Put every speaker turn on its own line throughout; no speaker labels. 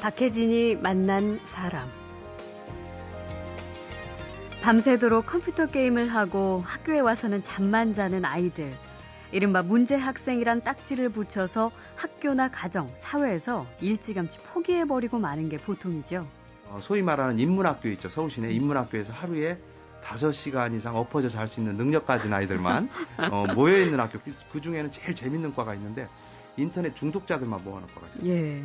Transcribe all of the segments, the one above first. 박혜진이 만난 사람. 밤새도록 컴퓨터 게임을 하고 학교에 와서는 잠만 자는 아이들. 이른바 문제 학생이란 딱지를 붙여서 학교나 가정, 사회에서 일찌감치 포기해버리고 마는 게 보통이죠.
어, 소위 말하는 인문학교 있죠. 서울 시내 인문학교에서 하루에 5시간 이상 엎어져 잘 수 있는 능력 가진 아이들만 어, 모여있는 학교. 그, 그 중에는 제일 재밌는 과가 있는데 인터넷 중독자들만 모아놓은 과가 있어요.
예.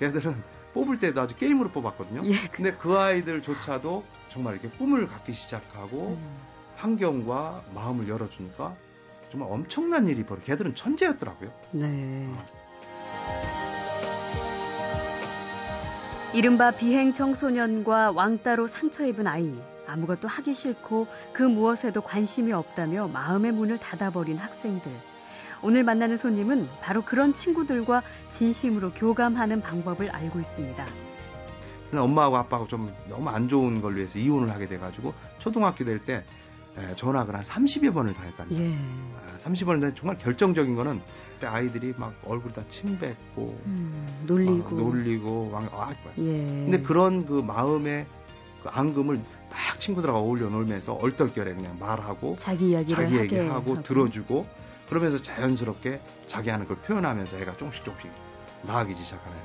걔들은 뽑을 때도 아주 게임으로 뽑았거든요.
예.
근데 그 아이들조차도 정말 이렇게 꿈을 갖기
음.
시작하고 환경과 마음을 열어주니까 정말 엄청난 일이 벌어. 걔들은 천재였더라고요.
네. 이른바 비행 청소년과 왕따로 상처 입은 아이. 아무것도 하기 싫고 그 무엇에도 관심이 없다며 마음의 문을 닫아버린 학생들. 오늘 만나는 손님은 바로 그런 친구들과 진심으로 교감하는 방법을 알고 있습니다.
근데 네, 엄마하고 아빠하고 좀 너무 안 좋은 걸로 해서 이혼을 하게 돼가지고 초등학교 될 때 전학을 한 30여 번을 다 했답니다. 아,
예.
30번을 다 정말 결정적인 거는 그때 아이들이 막 얼굴 다침 뱉고
음,
막
놀리고.
놀리고 왕- 아, 정말.
예.
근데 그런 그 마음의 그 앙금을 막 친구들하고 어울려 놀면서 얼떨결에 그냥 말하고
자기 이야기를
자기
하게
얘기하고 들어주고 그러면서 자연스럽게 자기 하는 걸 표현하면서 애가 조금씩 조금씩 나아기 시작하는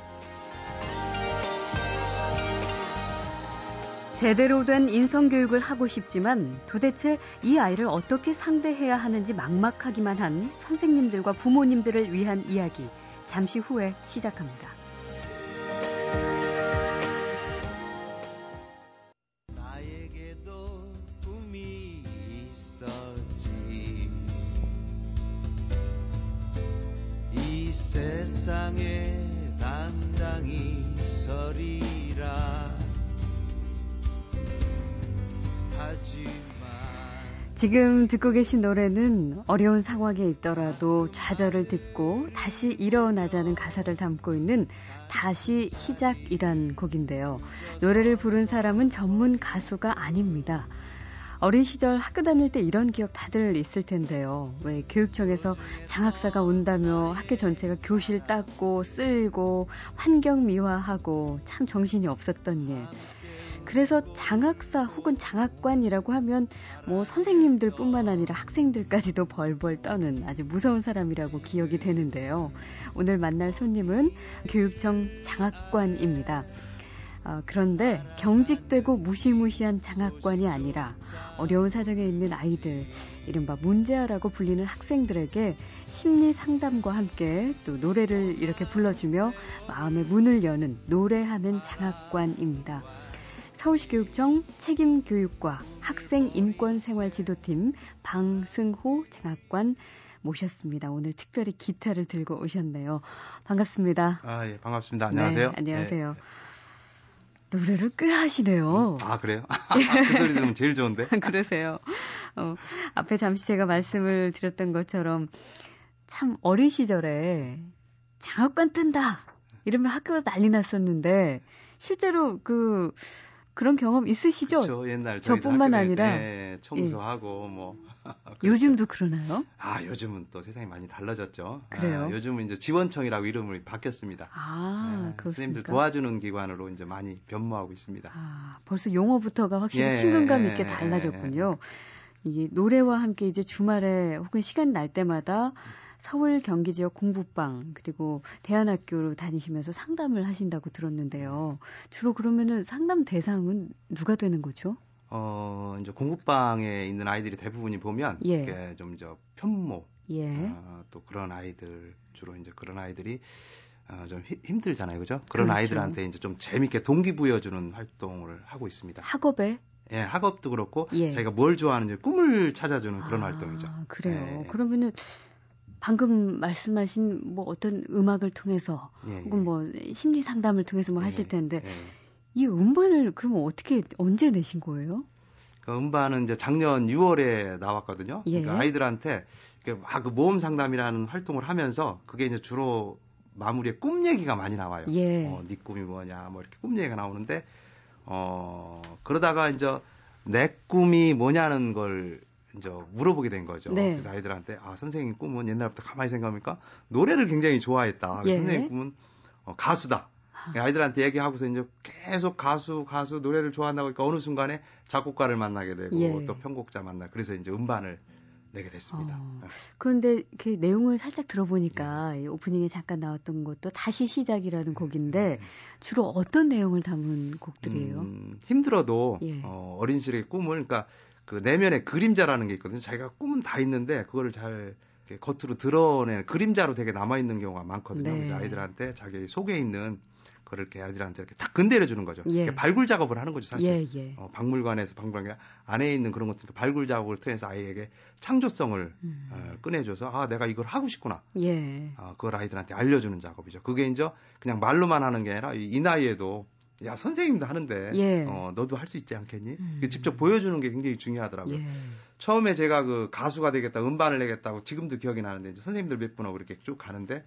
제대로 된 인성교육을 하고 싶지만 도대체 이 아이를 어떻게 상대해야 하는지 막막하기만 한 선생님들과 부모님들을 위한 이야기 잠시 후에 시작합니다.
나에게도 꿈이 있었지 이 세상에 당당히 서리라 하지만
지금 듣고 계신 노래는 어려운 상황에 있더라도 좌절을 딛고 다시 일어나자는 가사를 담고 있는 다시 시작이란 곡인데요. 노래를 부른 사람은 전문 가수가 아닙니다. 어린 시절 학교 다닐 때 이런 기억 다들 있을 텐데요. 왜 교육청에서 장학사가 온다며 학교 전체가 교실 닦고 쓸고 환경 미화하고 참 정신이 없었던 일. 그래서 장학사 혹은 장학관이라고 하면 뭐 선생님들뿐만 아니라 학생들까지도 벌벌 떠는 아주 무서운 사람이라고 기억이 되는데요. 오늘 만날 손님은 교육청 장학관입니다. 아, 그런데 경직되고 무시무시한 장학관이 아니라 어려운 사정에 있는 아이들, 이른바 문제아라고 불리는 학생들에게 심리 상담과 함께 또 노래를 이렇게 불러주며 마음의 문을 여는 노래하는 장학관입니다. 서울시교육청 책임교육과 학생인권생활지도팀 방승호 장학관 모셨습니다. 오늘 특별히 기타를 들고 오셨네요. 반갑습니다.
아 예 반갑습니다 안녕하세요 네.
네, 안녕하세요. 노래를 꽤 하시네요.
예. 아 그래요 그 소리 들으면 제일 좋은데
어. 음. 그러세요. 어, 앞에 잠시 제가 말씀을 드렸던 것처럼 참 어린 시절에 장학관 뜬다 이러면 학교 난리 났었는데 실제로 그 그런 경험 있으시죠?
그렇죠 옛날 저희도
저뿐만
학교에,
아니라
예, 청소하고 뭐
요즘도 그러나요?
아, 요즘은 또 세상이 많이 달라졌죠. 아,
그래요?
요즘은 이제 지원청이라고 이름이 바뀌었습니다.
아,
예,
그렇습니까?
선생님들 도와주는 기관으로 이제 많이 변모하고 있습니다.
아, 벌써 용어부터가 확실히
그러니까. 예,
친근감
예,
있게
예,
달라졌군요. 이게 노래와 함께 이제 주말에 혹은 시간 날 때마다 서울 경기 지역 공부방 그리고 대안학교로 다니시면서 상담을 하신다고 들었는데요. 주로 그러면은 상담 대상은 누가 되는 거죠?
어, 이제 공부방에 있는 아이들이 대부분이 보면
예.
이렇게 좀저 편모
예.
아, 또 그런 아이들 주로 이제 그런 아이들이 어, 좀 히- 힘들잖아요, 그죠? 그런
그렇죠.
아이들한테 이제 좀 재밌게 동기부여주는 활동을 하고 있습니다.
학업에
예, 학업도 그렇고
예.
자기가 뭘 좋아하는지 꿈을 찾아주는 그런 활동이죠.
아, 그래요.
예.
그러면은 방금 말씀하신 뭐 어떤 음악을 통해서
예, 예.
혹은 뭐 심리 상담을 통해서 뭐 하실
예,
텐데
예.
이 음반을 그럼 어떻게 언제 내신 거예요?
그 음반은 이제 작년 6월에 나왔거든요.
예.
그러니까 아이들한테 이렇게 막그 모험 상담이라는 활동을 하면서 그게 이제 주로 마무리에 꿈 얘기가 많이 나와요.
예.
어, 네 꿈이 뭐냐, 뭐 이렇게 꿈 얘기가 나오는데 어 그러다가 이제 내 꿈이 뭐냐는 걸 이제 물어보게 된 거죠.
네.
그래서 아이들한테 아 선생님 꿈은 옛날부터 가만히 생각하니까 노래를 굉장히 좋아했다.
예.
선생님 꿈은 어, 가수다. 아이들한테 얘기하고서 이제 계속 가수 가수 노래를 좋아한다고 하니까 어느 순간에 작곡가를 만나게 되고
예.
또 편곡자 만나 그래서 이제 음반을 내게 됐습니다.
어. 그런데 그 내용을 살짝 들어보니까 이 오프닝에 잠깐 나왔던 것도 다시
네.
시작이라는 곡인데 주로 어떤 내용을 담은 곡들이에요?
음, 힘들어도
예.
어, 어린 시절의 꿈을 그러니까 그 내면의 그림자라는 게 있거든요. 자기가 꿈은 다 있는데 그거를 잘 이렇게 겉으로 드러낸 그림자로 되게 남아 있는 경우가 많거든요.
네.
그래서 아이들한테 자기 속에 있는 그걸 이렇게 아이들한테 이렇게 딱 건드려 주는 거죠.
예.
이렇게 발굴 작업을 하는 거죠, 사실.
예, 예.
어, 박물관에서 박물관 안에 있는 그런 것들 발굴 작업을 통해서 아이에게 창조성을
음.
어, 꺼내줘서 아 내가 이걸 하고 싶구나
예.
아, 그걸 아이들한테 알려주는 작업이죠. 그게 이제 그냥 말로만 하는 게 아니라 이, 이 나이에도 야 선생님도 하는데
예.
어, 너도 할 수 있지 않겠니?
음.
그 직접 보여주는 게 굉장히 중요하더라고요.
예.
처음에 제가 그 가수가 되겠다, 음반을 내겠다고 지금도 기억이 나는데 이제 선생님들 몇 분하고 이렇게 쭉 가는데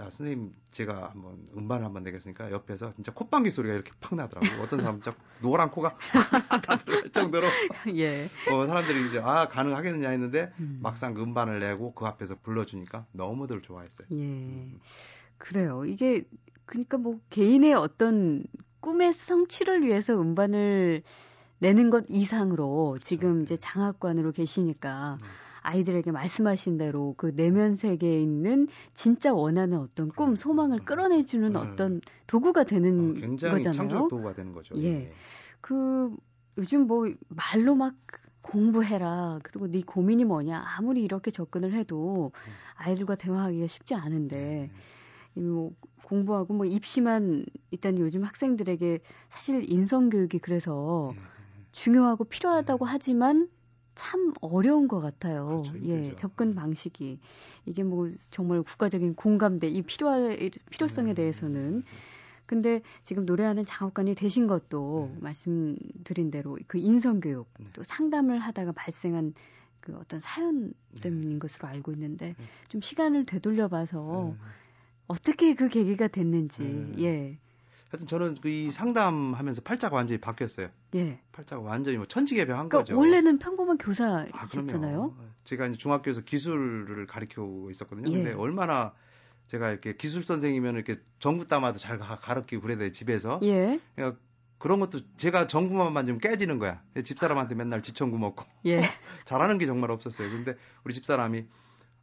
야 선생님 제가 한번 음반을 한번 내겠으니까 옆에서 진짜 콧방귀 소리가 이렇게 팍 나더라고요. 어떤 사람 진짜 노란 코가 다 들어갈 정도로
예.
어, 사람들이 이제 아 가능하겠느냐 했는데
음.
막상 그 음반을 내고 그 앞에서 불러주니까 너무들 좋아했어요. 음.
예. 그래요. 이게 그러니까 뭐 개인의 어떤 꿈의 성취를 위해서 음반을 내는 것 이상으로 지금
네.
이제 장학관으로 계시니까
음.
아이들에게 말씀하신 대로 그 내면 세계에 있는 진짜 원하는 어떤 꿈, 소망을 끌어내주는
음.
어떤 도구가
어,
되는
굉장히
거잖아요.
창조적 도구가 되는 거죠.
음, 예. 그 요즘 뭐 말로 막 공부해라. 그리고 네 고민이 뭐냐. 아무리 이렇게 접근을 해도
음.
아이들과 대화하기가 쉽지
네. 예.
않은데 이뭐 공부하고 뭐 입시만 일단 요즘 학생들에게 사실 인성 교육이 그래서
예.
중요하고 필요하다고 하지만 참 어려운 것 같아요.
그렇죠,
예,
힘들죠.
접근 방식이 이게 뭐 정말 국가적인 공감대 이 필요하 필요성에
음.
대해서는 근데 지금 노래하는 장학관이 되신 것도
네.
말씀드린 대로 그 인성 교육
네.
또 상담을 하다가 발생한 그 어떤 사연
네.
때문인 것으로 알고 있는데
네.
좀 시간을 되돌려봐서
음.
어떻게 그 계기가 됐는지 예.
네. 하여튼 저는 그 이 상담하면서 팔자가 완전히 바뀌었어요.
예 예.
팔자가 완전히 뭐 천지개변한
그러니까
거죠.
원래는 평범한
아,
교사셨잖아요.
그럼요. 제가 이제 중학교에서 기술을 가르치고 있었거든요.
예.
근데 얼마나 제가 이렇게 기술 선생이면 이렇게 전구 따마도 잘 가- 가르치고 그래야 돼 집에서.
예
그러니까 그런 것도 제가 전구만 만지면 깨지는 거야. 집사람한테 맨날 지천구 먹고
예.
잘하는 게 정말 없었어요. 근데 우리 집사람이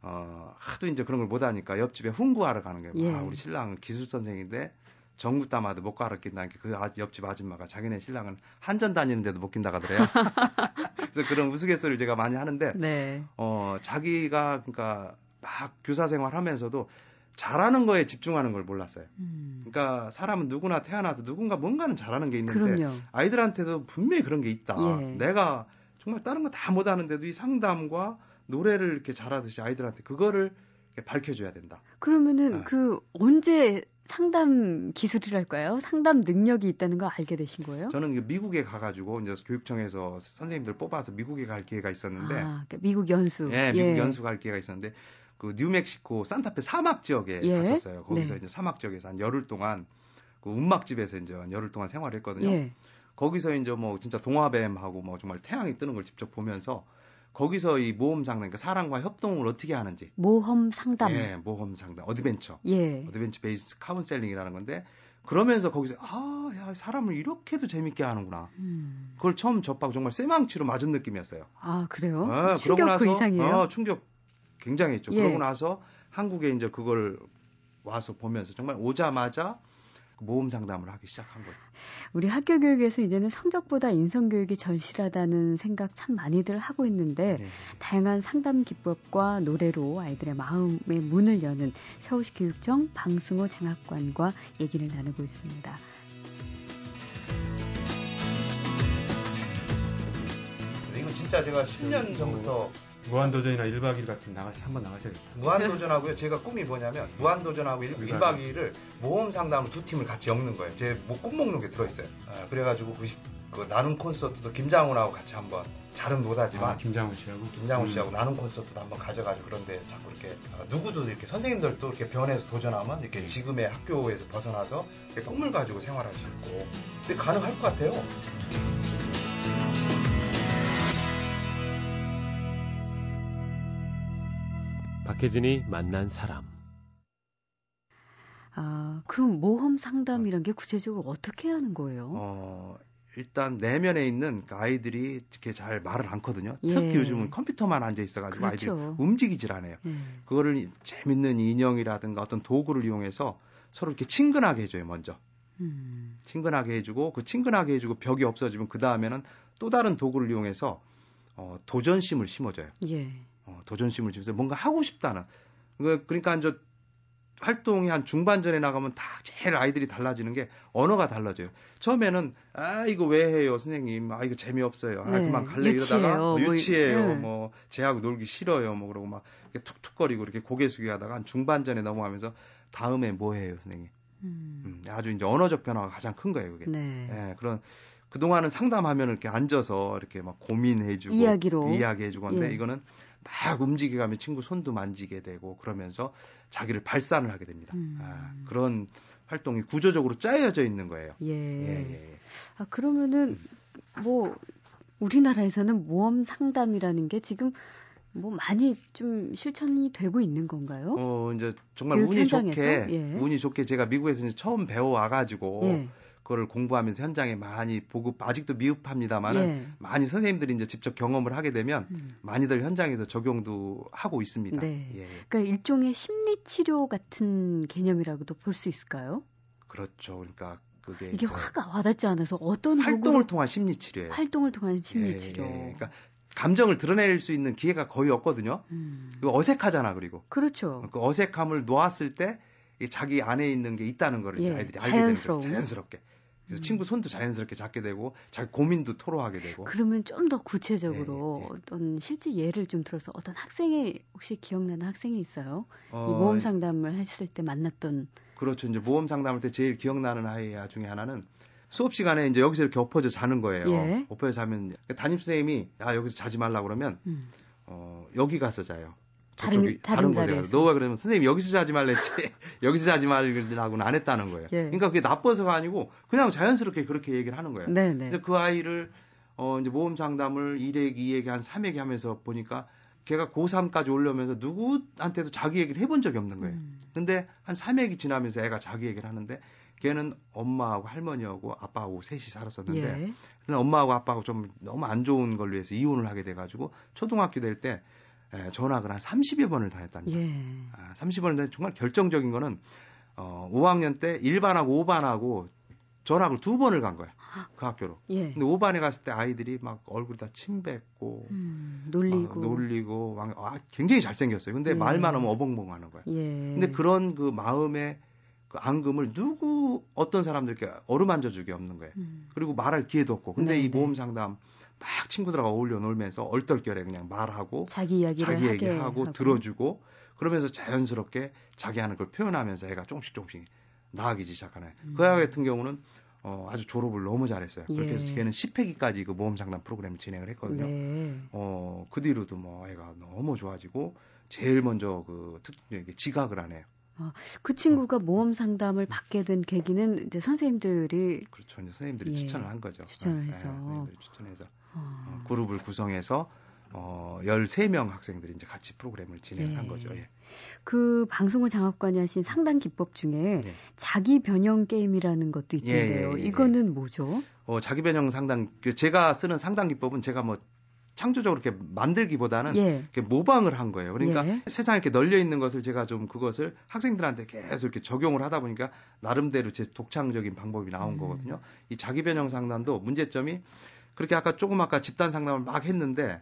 어, 하도 이제 그런 걸 못하니까 옆집에 훈구하러 가는 거예요.
예.
아, 우리 신랑은 기술 선생인데 전구 따마도 못 가르친다니까 그 아- 옆집 아줌마가 자기네 신랑은 한전 다니는데도 못 낀다 가더래요. 그래서 그런 우스갯소리를 제가 많이 하는데
네.
어, 자기가 그러니까 막 교사 생활하면서도 잘하는 거에 집중하는 걸 몰랐어요.
음.
그러니까 사람은 누구나 태어나서 누군가 뭔가는 잘하는 게 있는데
그럼요.
아이들한테도 분명히 그런 게 있다.
예.
내가 정말 다른 거 다 못하는데도 이 상담과 노래를 이렇게 잘하듯이 아이들한테 그거를 이렇게 밝혀줘야 된다.
그러면은
네.
그 언제 상담 기술이랄까요? 상담 능력이 있다는 걸 알게 되신 거예요?
저는 이제 미국에 가가지고 이제 교육청에서 선생님들 뽑아서 미국에 갈 기회가 있었는데,
아, 그러니까 미국 연수.
예, 미국 연수 갈 기회가 있었는데 그 뉴멕시코 산타페 사막 지역에
예.
갔었어요. 거기서
네.
이제 사막 지역에서 한 열흘 동안 그 움막집에서 이제 한 열흘 동안 생활을 했거든요.
예.
거기서 이제 뭐 진짜 동화뱀하고 뭐 정말 태양이 뜨는 걸 직접 보면서 거기서 이 모험 상담, 그러니까 사람과 협동을 어떻게 하는지
모험 상담.
예, 모험 상담, 어드벤처,
예.
어드벤처 베이스 카운셀링이라는 건데 그러면서 거기서 아, 야 사람을 이렇게도 재밌게 하는구나.
음.
그걸 처음 접하고 정말 쇠망치로 맞은 느낌이었어요.
아, 그래요?
아,
충격 그 이상이에요.
아, 충격 굉장했죠.
예.
그러고 나서 한국에 이제 그걸 와서 보면서 정말 오자마자 모험 상담을 하기 시작한 거예요.
우리 학교 교육에서 이제는 성적보다 인성 교육이 절실하다는 생각 참 많이들 하고 있는데
네.
다양한 상담 기법과 노래로 아이들의 마음의 문을 여는 서울시 교육청 방승호 장학관과 얘기를 나누고 있습니다.
근데 이거 진짜 제가 10년 전부터
무한도전이나 1박 2일 같은 나가시 한번 나가셔야겠다.
무한도전하고요. 제가 꿈이 뭐냐면 무한도전하고 1,
일박
1박 2일을 모험 상담으로 두 팀을 같이 엮는 거예요. 제뭐꿈 먹는 게 들어있어요. 아, 그래가지고 그, 시- 그 나눔 콘서트도 김장훈하고 같이 한번 잘은 못하지만
아, 김장훈 씨하고
김장훈 씨하고
음.
나눔 콘서트도 한번 가져가지고 그런데 자꾸 이렇게 아, 누구도 이렇게 선생님들도 이렇게 변해서 도전하면 이렇게
음.
지금의 학교에서 벗어나서 이렇게 꿈을 가지고 생활할 수 있고 근데 가능할 것 같아요.
박혜진이 만난 사람.
아, 그럼 모험 상담이란 게 구체적으로 어떻게 하는 거예요?
어, 일단 내면에 있는 그 아이들이 이렇게 잘 말을 않거든요.
예.
특히 요즘은 컴퓨터만 앉아 있어가지고
그렇죠.
아이들이 움직이질 않아요.
예.
그거를 이- 재밌는 인형이라든가 어떤 도구를 이용해서 서로 이렇게 친근하게 해줘요 먼저.
음.
친근하게 해주고 그 친근하게 해주고 벽이 없어지면 그 다음에는 또 다른 도구를 이용해서 어, 도전심을 심어줘요.
예.
어, 도전심을 주면서 뭔가 하고 싶다는. 그- 그러니까 이제 활동이 한 중반전에 나가면 다 제일 아이들이 달라지는 게 언어가 달라져요. 처음에는 아 이거 왜 해요 선생님? 아 이거 재미없어요. 아
네,
그만 갈래
유치해요.
이러다가 뭐
뭐 이-
유치해요.
네.
뭐 제하고 놀기 싫어요. 뭐 그러고 막 이렇게 툭툭거리고 이렇게 고개 숙이하다가 한 중반전에 넘어가면서 다음에 뭐 해요 선생님?
음.
음, 아주 이제 언어적 변화가 가장 큰 거예요. 그게.
네.
예, 그런 그 동안은 상담하면 이렇게 앉아서 이렇게 막 고민해주고
이야기로.
이야기해주고 하는데
예.
이거는 막 움직여가며 친구 손도 만지게 되고 그러면서 자기를 발산을 하게 됩니다.
음.
아, 그런 활동이 구조적으로 짜여져 있는 거예요.
예.
예, 예, 예.
아, 그러면은 뭐 우리나라에서는 모험 상담이라는 게 지금 뭐 많이 좀 실천이 되고 있는 건가요?
어 이제 정말
교육
운이
그 현장에서?
좋게
예.
운이 좋게 제가 미국에서 이제 처음 배워와가지고
예.
그거를 공부하면서 현장에 많이 보급 아직도 미흡합니다만 은
예.
많이 선생님들이 이제 직접 경험을 하게 되면
음.
많이들 현장에서 적용도 하고 있습니다.
네.
예, 예.
그러니까 일종의 심리 치료 같은 개념이라고도 볼 수 있을까요?
그렇죠. 그러니까 그게
이게
이제
화가 와닿지 않아서 어떤
활동을
도구로
통한 심리 치료예요.
활동을 통한 심리 치료.
예, 예. 그러니까 감정을 드러낼 수 있는 기회가 거의 없거든요.
음.
이거 어색하잖아. 그리고
그렇죠.
그 어색함을 놓았을 때이 자기 안에 있는 게 있다는 거를 이제
예,
아이들이 알게 되는 거예요.
자연스러운.
자연스럽게. 그래서
음.
친구 손도 자연스럽게 잡게 되고 자기 고민도 토로하게 되고.
그러면 좀 더 구체적으로
예, 예, 예.
어떤 실제 예를 좀 들어서 어떤 학생이 혹시 기억나는 학생이 있어요?
어,
이 모험 상담을 했을 때 만났던
그렇죠. 이제 모험 상담할 때 제일 기억나는 아이 중에 하나는 수업 시간에 이제 여기서 이렇게 엎어져 자는 거예요.
예.
엎어져 자면 이제 담임 선생님이 아 여기서 자지 말라 그러면
음.
어, 여기 가서 자요.
다른-
저쪽이-
다른
곳에
자리에서.
가서. 너가 그러면 선생님 여기서 자지 말랬지. 여기서 자지 말라고는 안 했다는 거예요.
예.
그러니까 그게 나빠서가 아니고 그냥 자연스럽게 그렇게 얘기를 하는 거예요.
네, 네.
근데 그 아이를 어, 이제 모험 상담을 1회기, 2회기, 한 3회기 하면서 보니까 걔가 고3까지 올려오면서 누구한테도 자기 얘기를 해본 적이 없는 거예요.
음.
근데 한 3회기 지나면서 애가 자기 얘기를 하는데 걔는 엄마하고 할머니하고 아빠하고 셋이 살았었는데
예.
근데 엄마하고 아빠하고 좀 너무 안 좋은 걸로 해서 이혼을 하게 돼가지고 초등학교 될 때 전학을 한 30여 번을 다 했답니다.
예.
아, 30번을 했는데 정말 결정적인 거는 어, 5학년 때 1반하고 5반하고 전학을 두 번을 간 거예요. 그 학교로.
예.
근데 5반에 갔을 때 아이들이 막 얼굴 다 침 뱉고
음,
막
놀리고.
아, 놀리고 막, 아, 굉장히 잘생겼어요. 근데
예.
말만 하면 어벙벙하는 거예요.
예.
근데 그런 그 마음의 그 앙금을 누구 어떤 사람들께 어루만져 주기 없는 거예요.
음.
그리고 말할 기회도 없고. 근데
네,
이
네.
모험 상담 막 친구들하고 어울려 놀면서 얼떨결에 그냥 말하고
자기 이야기를
자기
하게
얘기하고
하고.
들어주고 그러면서 자연스럽게 자기 하는 걸 표현하면서 애가 조금씩 조금씩 나아지기 시작하네.
음.
그 아이 같은 경우는 어, 아주 졸업을 너무 잘했어요. 그렇게 해서
예.
걔는 10회기까지 그 모험 상담 프로그램을 진행을 했거든요.
네.
어, 그 뒤로도 뭐 애가 너무 좋아지고 제일 먼저 그 특징적인 게 지각을 안 해요.
그 친구가 모험 상담을 받게 된 계기는 이제 선생님들이
그렇죠. 이제 선생님들이
예,
추천을 한 거죠.
추천을
예,
해서.
예, 선생님들이 추천해서 어,
어,
그룹을 구성해서 어, 13명 학생들이 이제 같이 프로그램을 진행을
예.
한 거죠. 예.
그 방송을 장학관이 하신 상담 기법 중에
네.
자기 변형 게임이라는 것도 있던데요.
예, 예, 예,
이거는 뭐죠?
어, 자기 변형 상담 그 제가 쓰는 상담 기법은 제가 뭐 창조적으로 이렇게 만들기보다는
예.
이렇게 모방을 한 거예요. 그러니까
예.
세상에 이렇게 널려 있는 것을 제가 좀 그것을 학생들한테 계속 이렇게 적용을 하다 보니까 나름대로 제 독창적인 방법이
음.
나온 거거든요. 이 자기 변형 상담도 문제점이 그렇게 아까 조금 아까 집단 상담을 막 했는데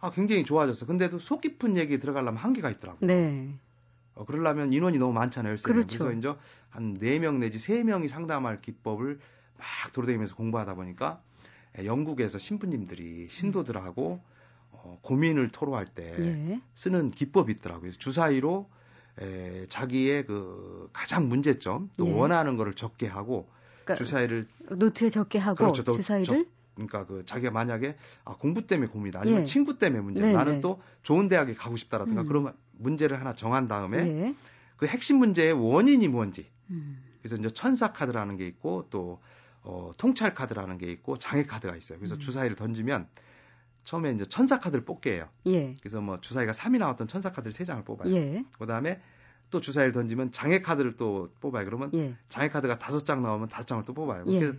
아, 굉장히 좋아졌어. 근데도 속 깊은 얘기 들어가려면 한계가 있더라고요.
네.
어, 그러려면 인원이 너무 많잖아요. 열세 명.
그렇죠.
그래서 이제 한 4명 내지 3명이 상담할 기법을 막 돌아다니면서 공부하다 보니까 에, 영국에서 신부님들이 신도들하고 어, 고민을 토로할 때
예.
쓰는 기법이 있더라고요. 주사위로 에, 자기의 그 가장 문제점 또
예.
원하는 거를 적게 하고
그러니까
주사위를
노트에 적게 하고
그렇죠. 더
주사위를
그러니까 그 자기가 만약에 아 공부 때문에 고민이다 아니면
예.
친구 때문에 문제
네,
다 나는
네.
또 좋은 대학에 가고 싶다라든가
음.
그런 문제를 하나 정한 다음에
예.
그 핵심 문제의 원인이 뭔지
음.
그래서 이제 천사 카드라는 게 있고 또 어, 통찰 카드라는 게 있고 장애 카드가 있어요. 그래서
음.
주사위를 던지면 처음에 이제 천사 카드를 뽑게 해요.
예.
그래서 뭐 주사위가 3이 나왔던 천사 카드를 3장을 뽑아요.
예.
그다음에 또 주사위를 던지면 장애 카드를 또 뽑아요. 그러면
예.
장애 카드가 다섯 장 나오면 다섯 장을 또 뽑아요.
예.
그렇게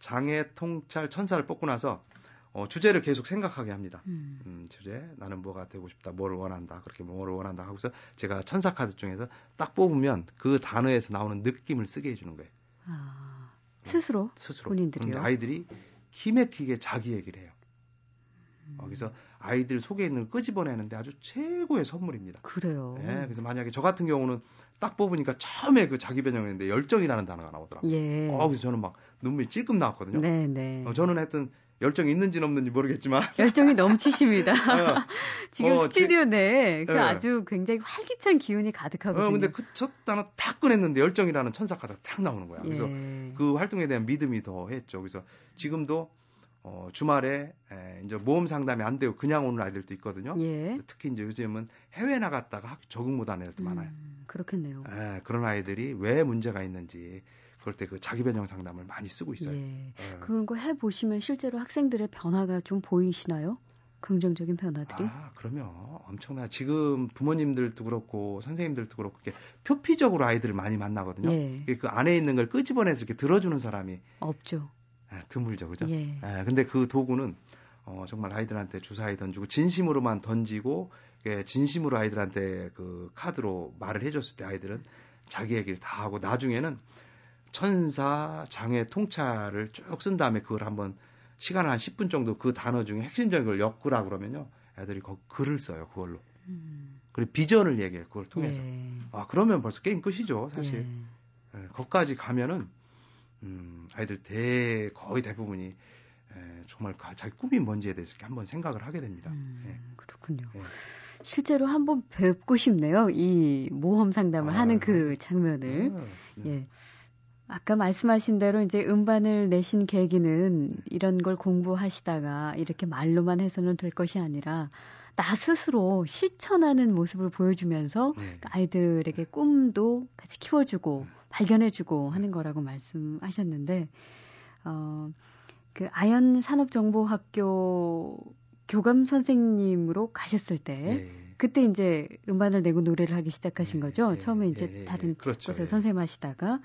장애 통찰 천사를 뽑고 나서 어, 주제를 계속 생각하게 합니다.
음.
음, 주제 나는 뭐가 되고 싶다, 뭐를 원한다, 그렇게 뭐를 원한다 하고서 제가 천사 카드 중에서 딱 뽑으면 그 단어에서 나오는 느낌을 쓰게 해주는 거예요.
아,
네.
스스로
스스로.
본인들이요?
그런데 아이들이 기맥히게 자기 얘기를 해요. 거기서 아이들 속에 있는 걸 끄집어내는데 아주 최고의 선물입니다.
그래요.
예, 그래서 만약에 저 같은 경우는 딱 뽑으니까 처음에 그 자기 변형했는데 열정이라는 단어가 나오더라고요.
예.
어, 그래서 저는 막 눈물이 찔끔 나왔거든요.
네, 네.
어, 저는 하여튼 열정이 있는지는 없는지 모르겠지만
열정이 넘치십니다.
어,
지금
어, 지-
스튜디오 내에 그
예.
아주 굉장히 활기찬 기운이 가득하거든요.
어, 근데 그 첫 단어 탁 꺼냈는데 열정이라는 천사카드가 탁 나오는 거야. 그래서
예.
그 활동에 대한 믿음이 더했죠. 그래서 지금도 어, 주말에 에, 이제 모험 상담이 안 되고 그냥 오는 아이들도 있거든요.
예.
특히 이제 요즘은 해외 나갔다가 학교 적응 못하는 애들도 많아요.
음, 그렇겠네요.
에, 그런 아이들이 왜 문제가 있는지 그럴 때 그 자기 변형 상담을 많이 쓰고 있어요.
예.
예.
그런 거 해보시면 실제로 학생들의 변화가 좀 보이시나요? 긍정적인 변화들이?
아, 그럼요. 엄청나. 지금 부모님들도 그렇고 선생님들도 그렇고 이렇게 표피적으로 아이들을 많이 만나거든요.
예.
이게 그 안에 있는 걸 끄집어내서 이렇게 들어주는 사람이
없죠.
아, 드물죠, 그죠?
예.
예, 근데 그 도구는 어, 정말 아이들한테 주사위 던지고 진심으로만 던지고 예, 진심으로 아이들한테 그 카드로 말을 해줬을 때 아이들은 자기 얘기를 다 하고 나중에는 천사 장애 통찰을 쭉 쓴 다음에 그걸 한번 시간 한 10분 정도 그 단어 중에 핵심적인 걸 엮으라 그러면요 애들이 거, 글을 써요 그걸로
음,
그리고 비전을 얘기해 요 그걸 통해서
예.
아 그러면 벌써 게임 끝이죠 사실
예.
예, 거기까지 가면은 음, 아이들 대 거의 대부분이 예, 정말 가- 자기 꿈이 뭔지에 대해서 이렇게 한번 생각을 하게 됩니다.
음,
예.
그렇군요.
예.
실제로 한번 뵙고 싶네요. 이 모험 상담을
아,
하는 그 장면을.
음,
예. 아까 말씀하신 대로 이제 음반을 내신 계기는 이런 걸 공부하시다가 이렇게 말로만 해서는 될 것이 아니라 나 스스로 실천하는 모습을 보여주면서
네.
아이들에게 꿈도 같이 키워주고 발견해주고 하는 거라고 말씀하셨는데 어, 그 아현 산업정보학교 교감 선생님으로 가셨을 때
예.
그때 이제 음반을 내고 노래를 하기 시작하신
예,
거죠.
예,
처음에
예,
이제
예, 예.
다른
그렇죠,
곳에서
예.
선생님하시다가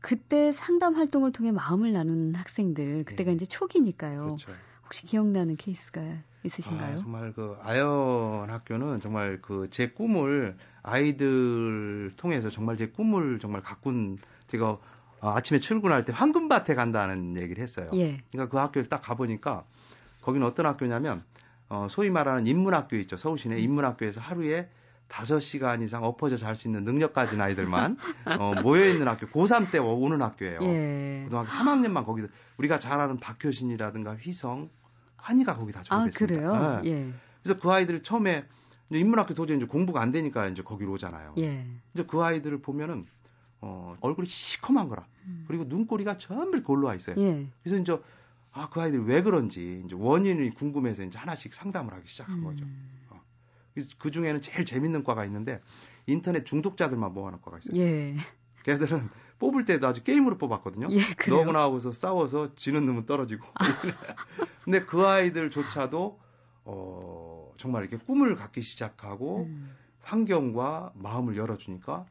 그때 상담 활동을 통해 마음을 나누는 학생들 그때가
예.
이제 초기니까요.
그렇죠.
혹시 기억나는 케이스가
아,
있으신가요?
정말 그 아연 학교는 정말 그 제 꿈을 아이들 통해서 정말 제 꿈을 정말 가꾼 제가 아, 아침에 출근할 때 황금밭에 간다는 얘기를 했어요.
예.
그러니까 그 학교를 딱 가보니까 거기는 어떤 학교냐면 어, 소위 말하는 인문학교 있죠. 서울시내 인문학교에서 하루에 5시간 이상 엎어져 잘 수 있는 능력 가진 아이들만 어, 모여있는 학교, 고3 때 오는 학교예요.
예.
고등학교 3학년만 거기서 우리가 잘 아는 박효신이라든가 휘성, 한이가 거기 다
아,
졸업했습니다.
그래요?
예.
예.
그래서 그 아이들을 처음에 이제 인문학교 도저히 이제 공부가 안 되니까 이제 거기로 오잖아요.
예.
근데 그 아이들을 보면은 어, 얼굴이 시커먼 거라.
음.
그리고 눈꼬리가 전부 골로 와 있어요.
예.
그래서 이제 아, 그 아이들이 왜 그런지 이제 원인이 궁금해서 이제 하나씩 상담을 하기 시작한 거죠.
음.
그 중에는 제일 재밌는 과가 있는데 인터넷 중독자들만 모아놓은 과가 있어요.
예.
걔들은 뽑을 때도 아주 게임으로 뽑았거든요.
예, 그래요? 아.
너하고 나하고서 싸워서 지는 놈은 떨어지고. 근데 그 아이들조차도 어, 정말 이렇게 꿈을 갖기 시작하고
음.
환경과 마음을 열어주니까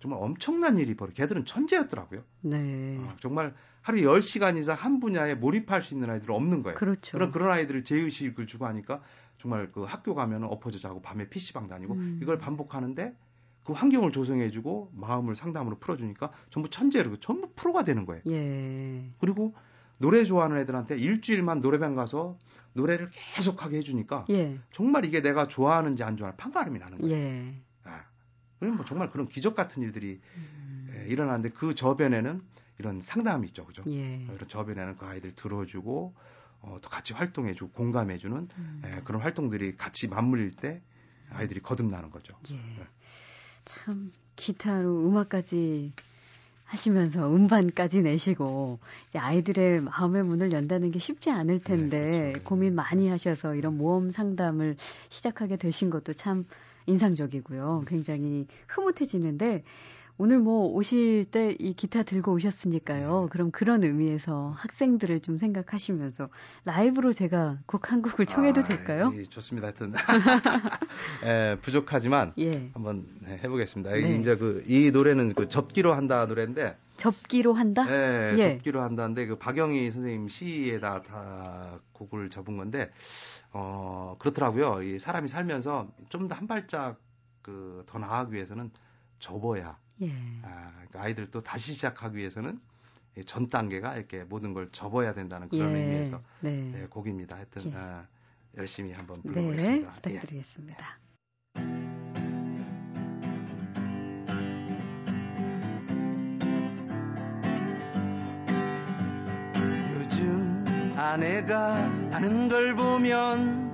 정말 엄청난 일이 벌어. 걔들은 천재였더라고요.
네.
아, 정말 하루에 10시간 이상 한 분야에 몰입할 수 있는 아이들은 없는 거예요.
그렇죠.
네. 그런 그런 아이들을 제의식을 주고 하니까 정말 그 학교 가면 엎어져 자고 밤에 PC방 다니고
음.
이걸 반복하는데 그 환경을 조성해주고 마음을 상담으로 풀어주니까 전부 천재로 전부 프로가 되는 거예요.
예.
그리고 노래 좋아하는 애들한테 일주일만 노래방 가서 노래를 계속하게 해주니까
예.
정말 이게 내가 좋아하는지 안 좋아하는지 판가름이 나는 아, 거예요.
예.
아. 그냥 뭐 정말 그런 기적 같은 일들이
음.
예, 일어나는데 그 저변에는 이런 상담이 있죠, 그죠?
예.
이런 저변에는 그 아이들 들어주고 어, 또 같이 활동해주고 공감해주는
음.
예, 그런 활동들이 같이 맞물릴 때 아이들이 거듭나는 거죠.
예. 참 기타로 음악까지 하시면서 음반까지 내시고 이제 아이들의 마음의 문을 연다는 게 쉽지 않을 텐데
그렇죠.
고민 많이 하셔서 이런 모험 상담을
네.
시작하게 되신 것도 참 인상적이고요. 굉장히 흐뭇해지는데 오늘 뭐 오실 때 이 기타 들고
네.
오셨으니까요. 그럼 그런 의미에서 학생들을 좀 생각하시면서 라이브로 제가 곡 한 곡을 청해도
아,
될까요?
예, 좋습니다. 하여튼 예, 부족하지만
예.
한번 네, 해보겠습니다.
네.
이제 그 이 노래는 그 접기로 한다 노래인데
접기로 한다?
예,
예.
접기로 한다는데 그 박영희 선생님 시에다 다 곡을 접은 건데 어 그렇더라고요. 이 사람이 살면서 좀 더 한 발짝 그 더 나아가기 위해서는 접어야
예.
아, 그러니까 아이들 또 다시 시작하기 위해서는 이전 단계가 이렇게 모든 걸 접어야 된다는
예.
그런 의미에서
네.
네, 곡입니다. 하여튼
예.
아, 열심히 한번
네,
불러보겠습니다. 예.
부탁드리겠습니다.
예.
요즘 아내가 하는 걸 보면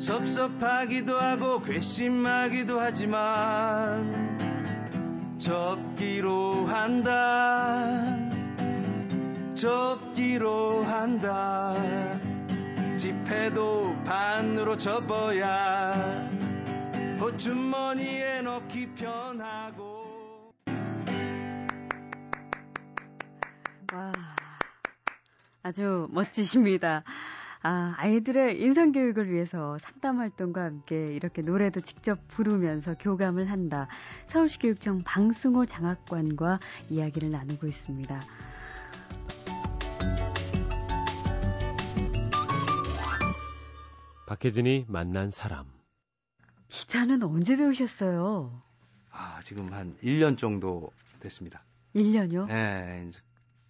섭섭하기도 하고 괘씸하기도 하지만 접기로 한다 접기로 한다 지폐도 반으로 접어야 호주머니에 넣기 편하고
예.
와, 아주 멋지십니다. 아, 아이들의 인상 교육을 위해서 상담 활동과 함께 이렇게 노래도 직접 부르면서 교감을 한다. 서울시 교육청 방승호 장학관과 이야기를 나누고 있습니다.
박혜진이 만난 사람.
기타는 언제 배우셨어요?
아, 지금 한 1년 정도 됐습니다.
1년요?
네, 이제-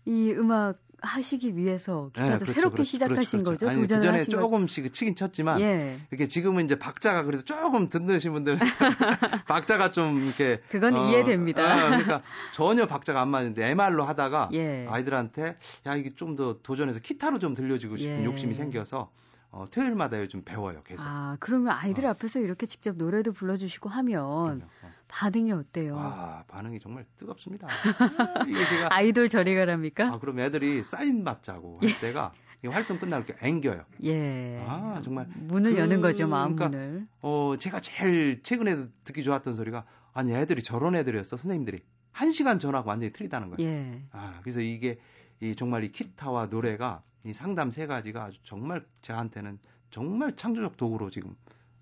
이 음악 하시기 위해서 기타도
네, 그렇죠,
새롭게
그렇죠,
시작하신 거죠?
그렇죠, 그렇죠. 아니,
도전을
그전에
하신 거죠?
조금씩 치긴 쳤지만
예.
이렇게 지금은 이제 박자가 그래서 조금 듣는신 분들 박자가 좀 이렇게
그건 이해됩니다.
아, 그러니까 전혀 박자가 안 맞는데 MR로 하다가
예.
아이들한테 야 이게 좀 더 도전해서 기타로 좀 들려주고 싶은
예.
욕심이 생겨서 어, 토요일마다 요즘 배워요 계속.
아, 그러면 아이들
어.
앞에서 이렇게 직접 노래도 불러주시고 하면
그럼요. 아. 어.
반응이 어때요?
와 반응이 정말 뜨겁습니다. 아, 이게 제가
아이돌 저리가랍니까?
아, 그럼 애들이 사인 받자고 할 때가 이 활동 끝나고 이렇게 앵겨요.
예.
아, 정말.
문을
그-
여는 거죠, 마음
그러니까
문을.
어, 제가 제일 최근에 듣기 좋았던 소리가 아니 애들이 저런 애들이었어 선생님들이 한 시간 전하고 완전히 틀리다는 거예요.
예.
아, 그래서 이게 이 정말 이 기타와 노래가 이 상담 세 가지가 아주 정말 저한테는 정말 창조적 도구로 지금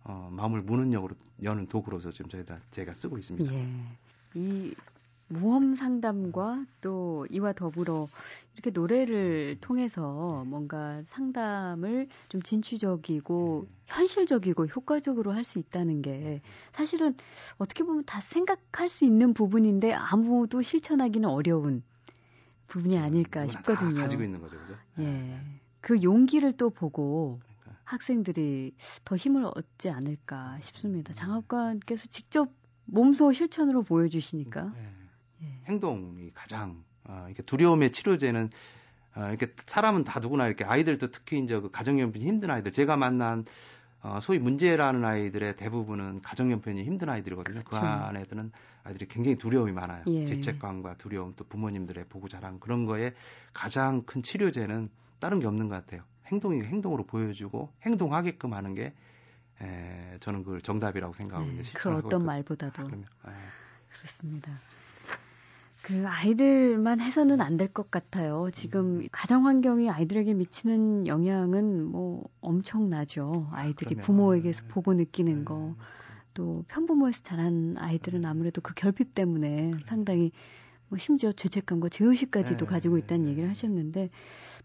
어, 마음을 무는 역으로 여는 도구로서 지금 저희가 제가 쓰고 있습니다.
예. 이 모험 상담과 또 이와 더불어 이렇게 노래를 통해서 뭔가 상담을 좀 진취적이고
음.
현실적이고 효과적으로 할 수 있다는 게 사실은 어떻게 보면 다 생각할 수 있는 부분인데 아무도 실천하기는 어려운 부분이 아닐까
누구나 그렇죠. 다
싶거든요.
가지고 있는 거죠, 아. 그죠?
예. 그 용기를 또 보고
그러니까.
학생들이 더 힘을 얻지 않을까 싶습니다. 장학관께서 직접 몸소 실천으로 보여주시니까.
예.
예.
행동이 가장 어, 이렇게 두려움의 치료제는 어, 이렇게 사람은 다 누구나 이렇게 아이들도 특히 이제 그 가정연편이 힘든 아이들 제가 만난 어, 소위 문제라는 아이들의 대부분은 가정연편이 힘든 아이들이거든요. 그
그렇죠.
안에들은 아이들이 굉장히 두려움이 많아요.
예.
죄책감과 두려움 또 부모님들의 보고 자란 그런 거에 가장 큰 치료제는 다른 게 없는 것 같아요. 행동이 행동으로 보여주고 행동하게끔 하는 게 에, 저는 그걸 정답이라고 생각하고
네, 그
이제 아, 실천하고
어떤
있거든요.
말보다도 네.
그러면, 예.
그렇습니다. 그 아이들만 해서는 안 될 것 같아요.
음.
지금 가정 환경이 아이들에게 미치는 영향은 뭐 엄청나죠. 아이들이
그럼요.
부모에게서
네.
보고 느끼는 거.
음,
또 편부모에서 자란 아이들은 아무래도 그 결핍 때문에 상당히 뭐 심지어 죄책감과 죄의식까지도
네,
가지고
네,
있다는
네.
얘기를 하셨는데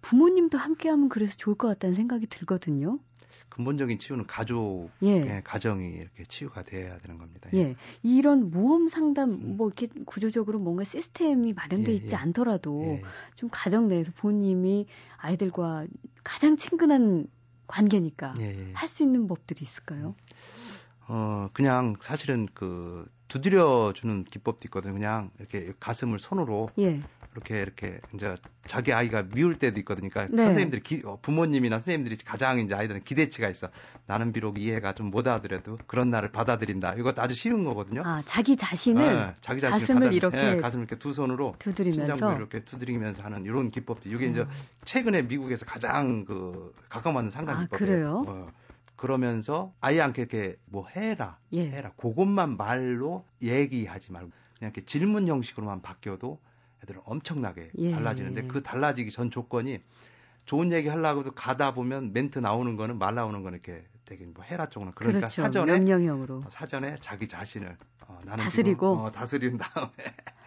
부모님도 함께하면 그래서 좋을 것 같다는 생각이 들거든요.
근본적인 치유는 가족
예.
예, 가정이 이렇게 치유가 돼야 되는 겁니다.
예. 이런 모험 상담 뭐 이렇게 구조적으로 뭔가 시스템이 마련돼
음. 예,
있지
예.
않더라도
예.
좀 가정 내에서 본인이 아이들과 가장 친근한 관계니까
예, 예.
할 수 있는 법들이 있을까요?
어, 그냥 사실은 그 두드려 주는 기법도 있거든요. 그냥 이렇게 가슴을 손으로
예.
이렇게 이렇게 이제 자기 아이가 미울 때도 있거든요. 그러니까
네.
선생님들이 기- 어, 부모님이나 선생님들이 가장 이제 아이들은 기대치가 있어. 나는 비록 이해가 좀 못 하더라도 그런 나를 받아들인다. 이것도 아주 쉬운 거거든요.
아, 자기 자신을
예, 자기 자신을
가슴을
받아들-
이렇게
예, 가슴을 이렇게 두 손으로 심장부
두드리면서 음.
이렇게 두드리면서 하는 이런 기법도 이게 이제 최근에 미국에서 가장 그 가까워하는 상담
아,
기법이에요.
그래요?
어, 그러면서 아이한테 이렇게 뭐 해라,
예.
해라. 그것만 말로 얘기하지 말고 그냥 이렇게 질문 형식으로만 바뀌어도 애들은 엄청나게
예.
달라지는데 그 달라지기 전 조건이 좋은 얘기 하려고도 가다 보면 멘트 나오는 거는 말 나오는 거는 이렇게 되게 뭐 헤라 쪽으로 그러니까
그렇죠.
사전에
명령형으로.
사전에 자기 자신을 어, 나는
다스리고.
지금, 어, 다스린 다음에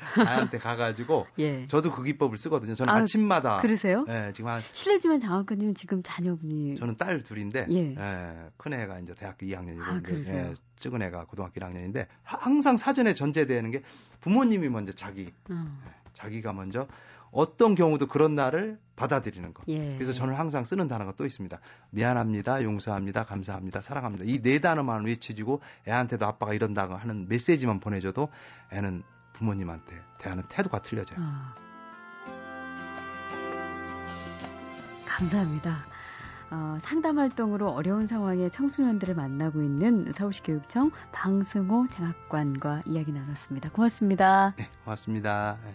나한테 가가지고
예.
저도 그 기법을 쓰거든요. 저는
아,
아, 침마다
그러세요?
예, 지금 한
실례지만 장 학교님 지금 자녀분이
저는 딸 둘인데
음. 예.
예, 큰 애가 이제 대학교 2학년이고
아, 그러세요?
예, 적은 애가 고등학교 1학년인데 항상 사전에 전제되는 게 부모님이 먼저 자기
어,
자기가 먼저 어떤 경우도 그런 날을 받아들이는 거.
예.
그래서 저는 항상 쓰는 단어가 또 있습니다. 미안합니다, 용서합니다, 감사합니다, 사랑합니다. 이 네 단어만 외치지고 애한테도 아빠가 이런다고 하는 메시지만 보내줘도 애는 부모님한테 대하는 태도가 틀려져요.
아. 감사합니다. 어, 상담 활동으로 어려운 상황의 청소년들을 만나고 있는 서울시 교육청 방승호 장학관과 이야기 나눴습니다. 고맙습니다.
네, 고맙습니다. 네.